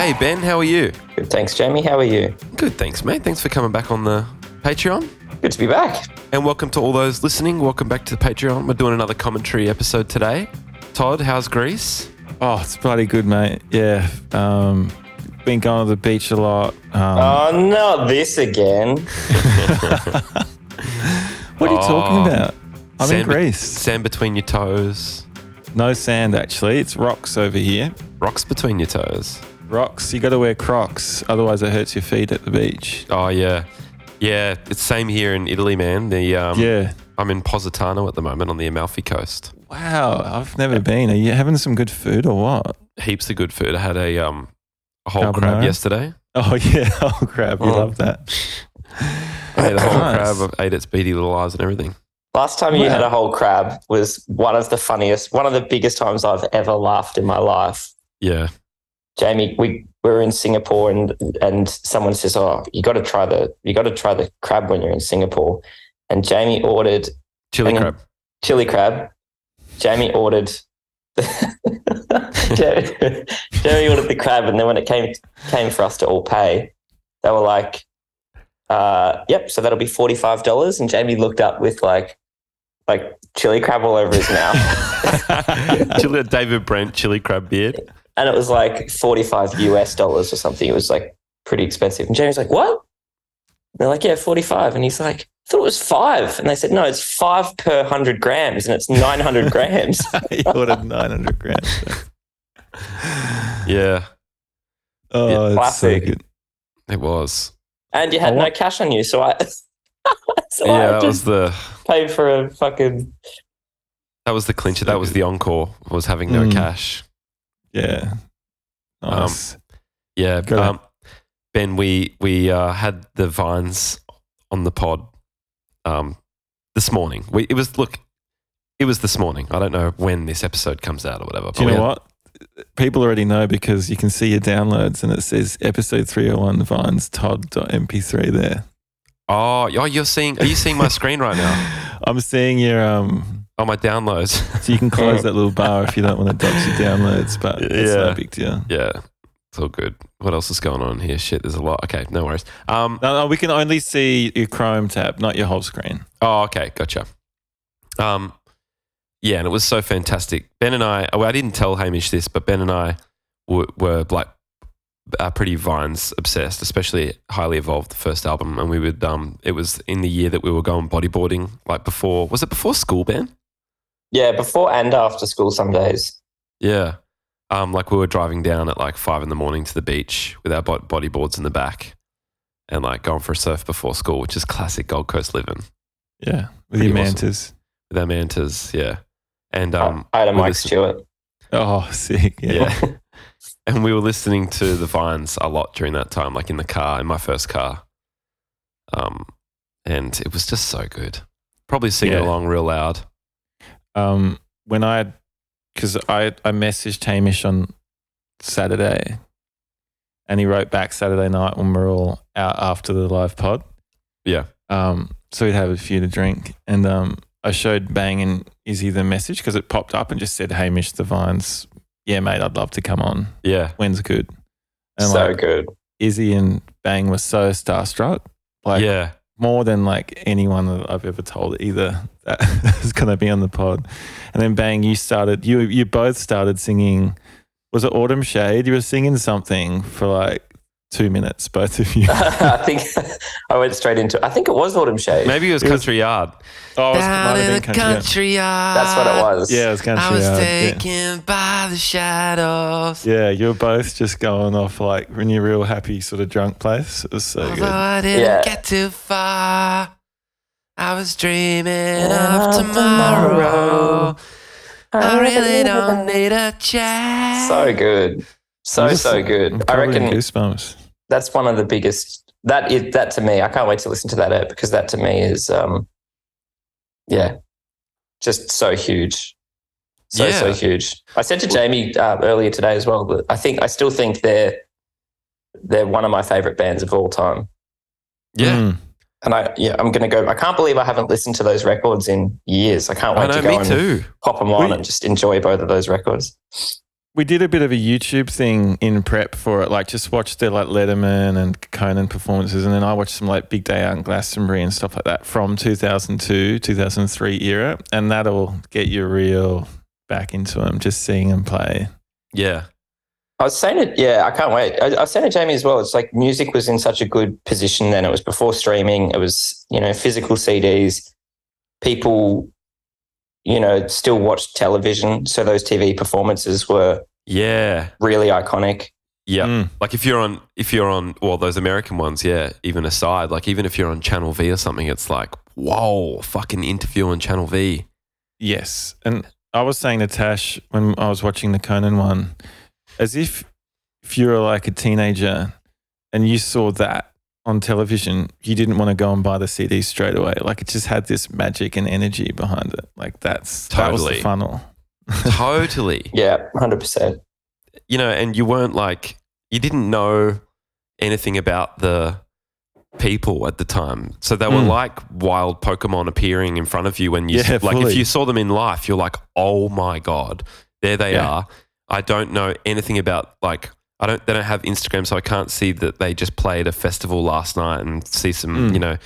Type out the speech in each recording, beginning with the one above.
Hey, Ben, how are you? Good, thanks, Jamie. How are you? Good, thanks, mate. Thanks for coming back on the Patreon. Good to be back. And welcome to all those listening. Welcome back to the Patreon. We're doing another commentary episode today. Todd, how's Greece? Oh, it's bloody good, mate. Yeah. Um, been going to the beach a lot. Um, Oh, not this again. what are you oh. talking about? I'm in Sand be- Greece. Sand between your toes, No sand, actually. It's rocks over here. rocks between your toes. Rocks. You got to wear Crocs, otherwise it hurts your feet at the beach. Oh, yeah. Yeah, it's same here in Italy, man. The um, Yeah. I'm in Positano at the moment on the Amalfi Coast. Wow. I've never been. Are you having some good food or what? Heaps of good food. I had a, um, a whole crab Carbonara? yesterday. Oh yeah. Oh crap. You Oh. love that. I ate a whole Nice. crab. I ate its beady little eyes and everything. Last time you Wow. had a whole crab was one of the funniest, one of the biggest times I've ever laughed in my life. Yeah. Jamie, we, we were in Singapore and and someone says, "Oh, you got to try the you got to try the crab when you're in Singapore." And Jamie ordered Chili And- crab. chili crab. Jamie ordered. Jamie, Jamie ordered the crab, and then when it came came for us to all pay, they were like, uh, "Yep, so that'll be forty five dollars." And Jamie looked up with like, like chili crab all over his mouth, chili, David Brent chili crab beard. and it was like forty five US dollars or something. It was like pretty expensive. And Jamie's like, "What?" And they're like, "Yeah, forty five. And he's like, "I thought it was five. And they said, "No, it's five per hundred grams, and it's nine hundred grams." you ordered 900 grams. Yeah, Oh, Yeah, it's so classic. good. it was. and you had no cash on you. So I, so yeah, I that was just the paid for a fucking. that was the clincher. That was the encore. Was having no Mm. cash. Yeah. Um, Nice. Yeah. Go Um, ben, we we uh, had the vines on the pod um, this morning. We, it was look, it was this morning. I don't know when this episode comes out or whatever. but Do you we know had- what? People already know because you can see your downloads and it says episode 301 vines todd.mp3 there. Oh, y- oh, you're seeing? Are you seeing my screen right now? I'm seeing your, um, Oh, my downloads. so you can close that little bar if you don't want to dodge your downloads, but it's Yeah. no big deal. yeah, it's all good. What else is going on here? Shit, there's a lot. Okay, no worries. Um, No, no, we can only see your Chrome tab, not your whole screen. Oh, okay, gotcha. Um, yeah, and it was so fantastic. Ben and I, well, I didn't tell Hamish this, but Ben and I were, were like uh, pretty vines obsessed, especially highly evolved the first album. And we would, um, it was in the year that we were going bodyboarding, like before. Was it before school, Ben? Yeah, before and after school, some days. Yeah. Um, like we were driving down at like five in the morning to the beach with our bo- bodyboards in the back, and like going for a surf before school, which is classic Gold Coast living Yeah. With Pretty your awesome. mantas. with our mantas. Yeah. And um, I had a we Mike listened- Stewart. Oh, sick. Yeah. Yeah. and we were listening to the Vines a lot during that time, like in the car, in my first car. Um, and it was just so good. Probably singing Yeah. along real loud. Um, when I, because I, I messaged Hamish on Saturday and he wrote back Saturday night when we are all out after the live pod. Yeah. Um, so we'd have a few to drink. And um, I showed Bang and Izzy the message because it popped up and just said, Hamish the Vines, yeah, mate, I'd love to come on. Yeah. When's good? And So like good. Izzy and Bang were so starstruck. Like, yeah. more than like anyone that I've ever told either that is going to be on the pod. And then bang, you started, you you both started singing. Was it Autumn Shade? You were singing something for like two minutes, both of you. I think I went straight into. I think it was Autumn Shade. Maybe it was It was- Country Yard. Oh, it was- might Down have in the been country. Yeah. country yard. That's what it was. Yeah, it was country. I was Yard, yeah. taken by the shadows. Yeah. you were both just going off like in your real happy sort of drunk place. It was so Although good. I didn't Yeah. get too far, I was dreaming Yeah, of tomorrow. tomorrow. I really don't need a chat. So good. So I'm just- so good. I'm I covered in reckon goosebumps. that's one of the biggest. That is that to me. I can't wait to listen to that app because that to me is, um, yeah, just so huge. so so Yeah. huge. I said to Jamie uh, earlier today as well that I think I still think they're they're one of my favorite bands of all time. Yeah. Mm. And I yeah, I'm gonna go. I can't believe I haven't listened to those records in years. I can't I wait to know, go me and too. pop them on We- and just enjoy both of those records. we did a bit of a YouTube thing in prep for it. Like, just watched their like Letterman and Conan performances, and then I watched some like Big Day Out and Glastonbury and stuff like that from 2002, 2003 era, and that'll get you real back into them. Just seeing them play. Yeah. I was saying it, yeah, I can't wait. I, I was saying to Jamie as well, it's like music was in such a good position then. It was before streaming, it was, you know, physical CDs. People, you know, still watched television. So those TV performances were Yeah. really iconic. Yeah. Mm. Like if you're on if you're on well, those American ones, yeah, even aside, like even if you're on Channel V or something, it's like, whoa, fucking interview on Channel V. Yes. And I was saying to Tash when I was watching the Conan one, as if if you were like a teenager and you saw that on television, you didn't want to go and buy the CD straight away. Like it just had this magic and energy behind it. Like that's that was Totally. the funnel. totally. Yeah, 100%. you know, and you weren't like you didn't know anything about the people at the time. So they were Mm. like wild Pokemon appearing in front of you when you Yeah, like if fully. you saw them in life, you're like, "Oh my god, there they Yeah. are." I don't know anything about like I don't they don't have Instagram, so I can't see that they just played a festival last night and see some, Mm. you know,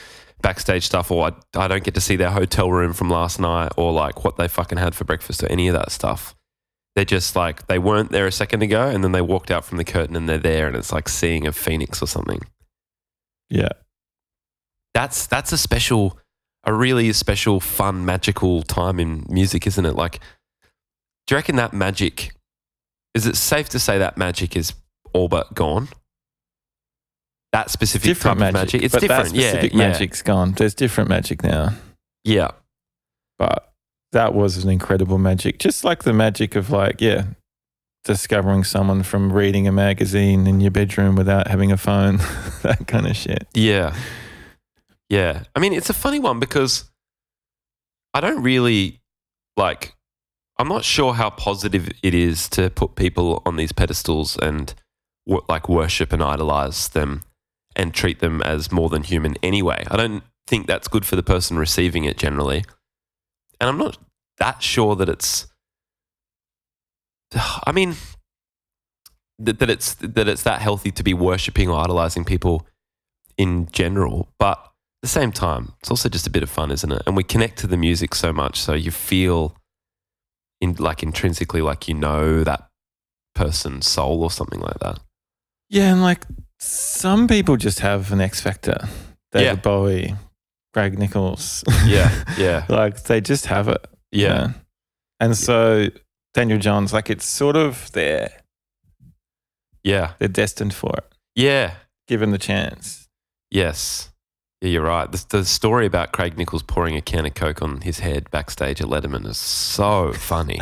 backstage stuff or I, I don't get to see their hotel room from last night or like what they fucking had for breakfast or any of that stuff. They're just like they weren't there a second ago and then they walked out from the curtain and they're there and it's like seeing a phoenix or something. Yeah. That's that's a special a really special fun magical time in music, isn't it? Like do you reckon that magic is it safe to say that magic is all but gone? That specific Different type magic. of magic. It's but different. That specific yeah, magic's gone. There's different magic now. yeah. Yeah. but that was an incredible magic just like the magic of like yeah discovering someone from reading a magazine in your bedroom without having a phone that kind of shit Yeah. Yeah. I mean, it's a funny one because I don't really like, I'm not sure how positive it is to put people on these pedestals and wo- like worship and idolize them and treat them as more than human anyway. I don't think that's good for the person receiving it generally. And I'm not that sure that it's, I mean, that, that it's that it's that healthy to be worshipping or idolizing people in general, but at the same time, it's also just a bit of fun, isn't it? And we connect to the music so much, so you feel in like intrinsically like you know that person's soul or something like that. yeah and like some people just have an x factor david Yeah. bowie greg nichols yeah, like they just have it you yeah, know? and so daniel johns like it's sort of there yeah, they're destined for it yeah. given the chance Yes, yeah, you're right. The, the story about Craig Nichols pouring a can of Coke on his head backstage at Letterman is so funny.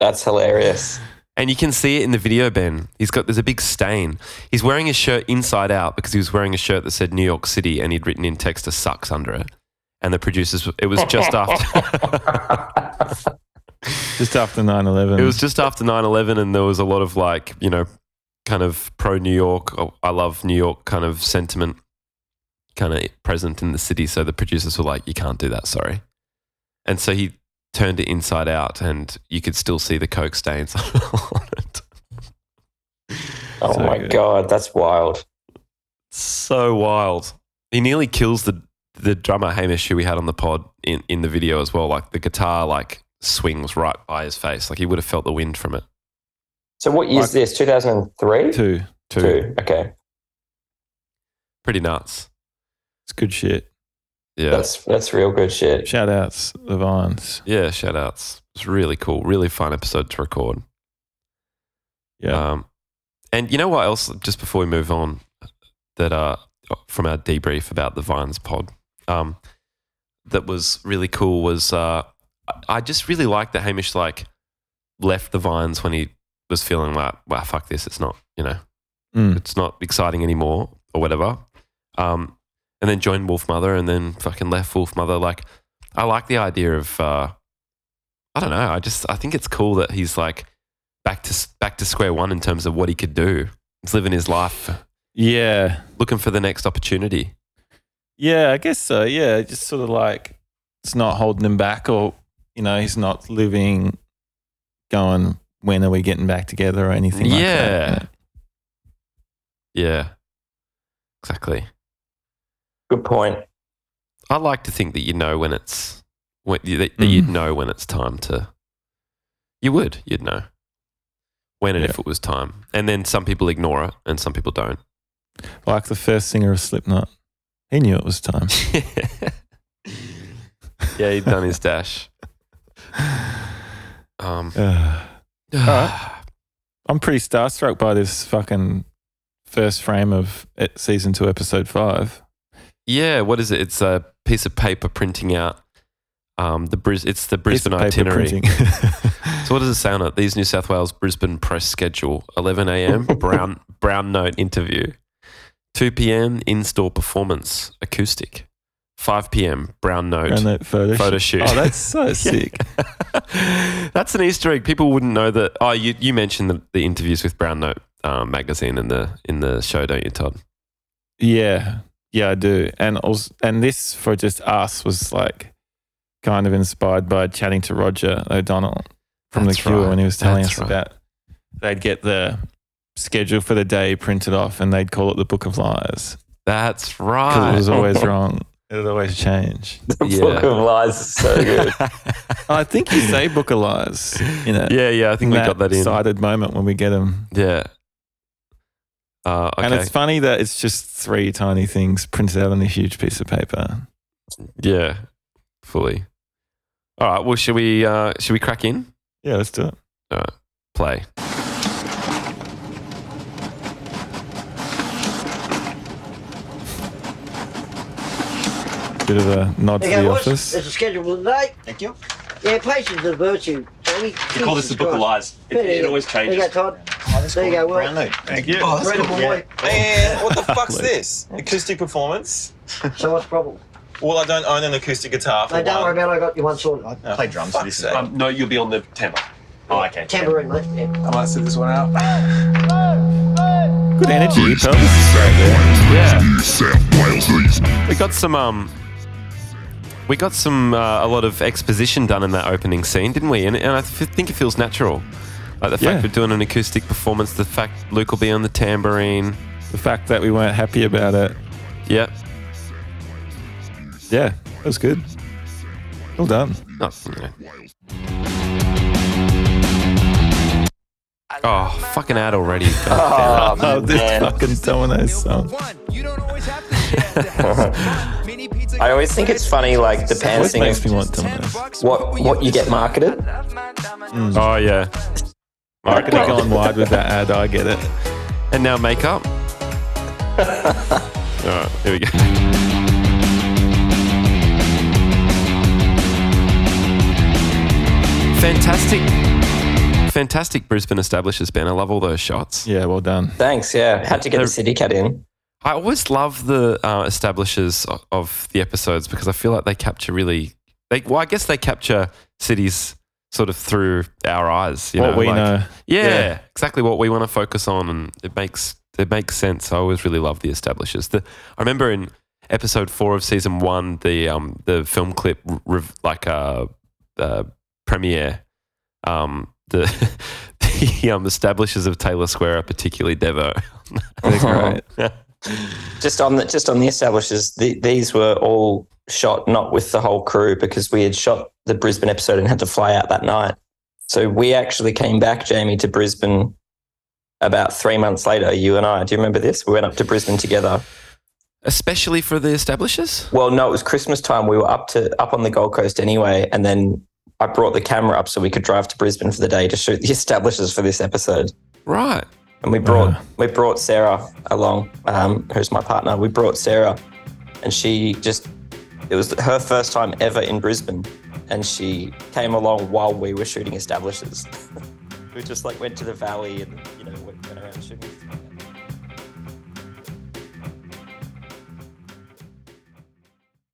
That's hilarious. And you can see it in the video, Ben. He's got there's a big stain. He's wearing his shirt inside out because he was wearing a shirt that said New York City and he'd written in text a sucks under it. And the producers it was just after just after 9-11 it was just after 9-11 and there was a lot of like, you know, kind of pro New York, oh, I love New York kind of sentiment kind of present in the city. So the producers were like, You can't do that, sorry. And so he turned it inside out and you could still see the Coke stains on it. Oh So my good. God, that's wild. so wild. He nearly kills the the drummer Hamish who we had on the pod in, in the video as well. Like the guitar like swings right by his face. Like he would have felt the wind from it. So what year is this? 2003? too Too. Okay. Pretty nuts. it's good shit Yeah. That's that's real good shit. shout outs the vines yeah, shout outs. It's really cool. Really fun episode to record. yeah Um, and you know what else? Just before we move on, that uh, from our debrief about the Vines pod, um, that was really cool. Was uh, I- I just really liked that Hamish like left the Vines when he was feeling like, wow, fuck this, it's not, you know, Mm. it's not exciting anymore or whatever. Um, and then joined Wolf Mother and then fucking left Wolf Mother. Like, I like the idea of, uh, I don't know. I just, I think it's cool that he's like back to, back to square one in terms of what he could do. He's living his life, Yeah. looking for the next opportunity. Yeah, I guess so. Yeah, just sort of like it's not holding him back or, you know, he's not living going when are we getting back together or anything like that. Yeah. Yeah. Exactly. Good point. I like to think that you know when it's when, that, that you'd Mm. know when it's time to. You would. You'd know when and Yeah. if it was time. And then some people ignore it, and some people don't. Like the first singer of Slipknot. He knew it was time. yeah, he'd done his dash. Um, Ugh. I'm pretty starstruck by this fucking first frame of uh, season two, episode five. Yeah, what is it? It's a piece of paper printing out um, the Bris- It's the Piece Brisbane of paper itinerary. printing. So what does it sound like? These New South Wales Brisbane press schedule: 11 a.m. brown brown note interview, 2 p.m. in store performance acoustic, 5 p.m. brown note. and that photo, Photo shoot. shoot. Oh, that's so sick. That's an Easter egg. People wouldn't know that. Oh, you you mentioned the, the interviews with Brown Note um, magazine in the in the show, don't you, Todd? Yeah, yeah, I do. And also, and this for just us was like kind of inspired by chatting to Roger O'Donnell from That's the Cure right. when he was telling That's us right. about they'd get the schedule for the day printed off and they'd call it the Book of Lies That's because it right. was always wrong. It would always change. The Yeah. book of lies is so good. I think you say Book of Lies. You know, yeah, yeah. I think we got that in. Excited moment when we get them. Yeah. Uh, okay. And it's funny that it's just three tiny things printed out on a huge piece of paper. yeah, fully. All right. Well, should we uh, should we crack in? Yeah, let's do it. Play. Bit of a nod to Hey, the guys, office. It's a schedule for tonight. Thank you. Yeah, patience is a virtue. Johnny. They call this the Book of Lies. It, it always There you changes. go, Todd. there you go, Will. Thank you. Oh, that's Incredible cool. boy. Man, what the fuck's Lovely. this? Acoustic performance? So what's the problem? Well, I don't own an acoustic guitar for No, don't one. worry about it. I got you one sorted. I play drums for this. Sake. Um, no, you'll be on the timbre. Oh, okay. Tambourine, mate. Yeah. I might sit this one out. Oh. Good energy, pubs. Yeah. We got some um. We got some uh, a lot of exposition done in that opening scene, didn't we? And, and I f- think it feels natural, like the Yeah. fact we're doing an acoustic performance, the fact Luke will be on the tambourine. The fact that we weren't happy about it. Yep. Yeah, that was good. Well done. Not, you know. Oh, fucking ad already. Oh, Oh, this man. fucking Domino's song. I always think it's funny, like the pan Always singers, makes me want Domino's. what what you get marketed. Hmm. Oh yeah. I could have gone wide with that ad. I get it. And now makeup. All right, here we go. Fantastic. Fantastic Brisbane establishes Ben. I love all those shots. Yeah, well done. Thanks. Yeah, had to get the city cat in. I always love the uh, establishes o- of the episodes because I feel like they capture really. They, well, I guess they capture cities sort of through our eyes. You what know, we like- know. yeah, Yeah. exactly what we want to focus on, and it makes it makes sense. I always really love the establishes. The I remember in episode four of season one, the um the film clip r- rev- like uh, uh premiere, um the the um establishes of Taylor Square are particularly Devo. They're great. Just on the just on the establishes, the, these were all shot not with the whole crew because we had shot the Brisbane episode and had to fly out that night. So we actually came back, Jamie, to Brisbane about three months later. You and I. Do you remember this? We went up to Brisbane together. Especially for the establishes. Well, no, it was Christmas time. We were up to up on the Gold Coast anyway, and then I brought the camera up so we could drive to Brisbane for the day to shoot the establishes for this episode. Right. And we brought Wow. we brought Sarah along, um, who's my partner. We brought Sarah, and she just it was her first time ever in Brisbane, and she came along while we were shooting establishes. we just like went to the valley and you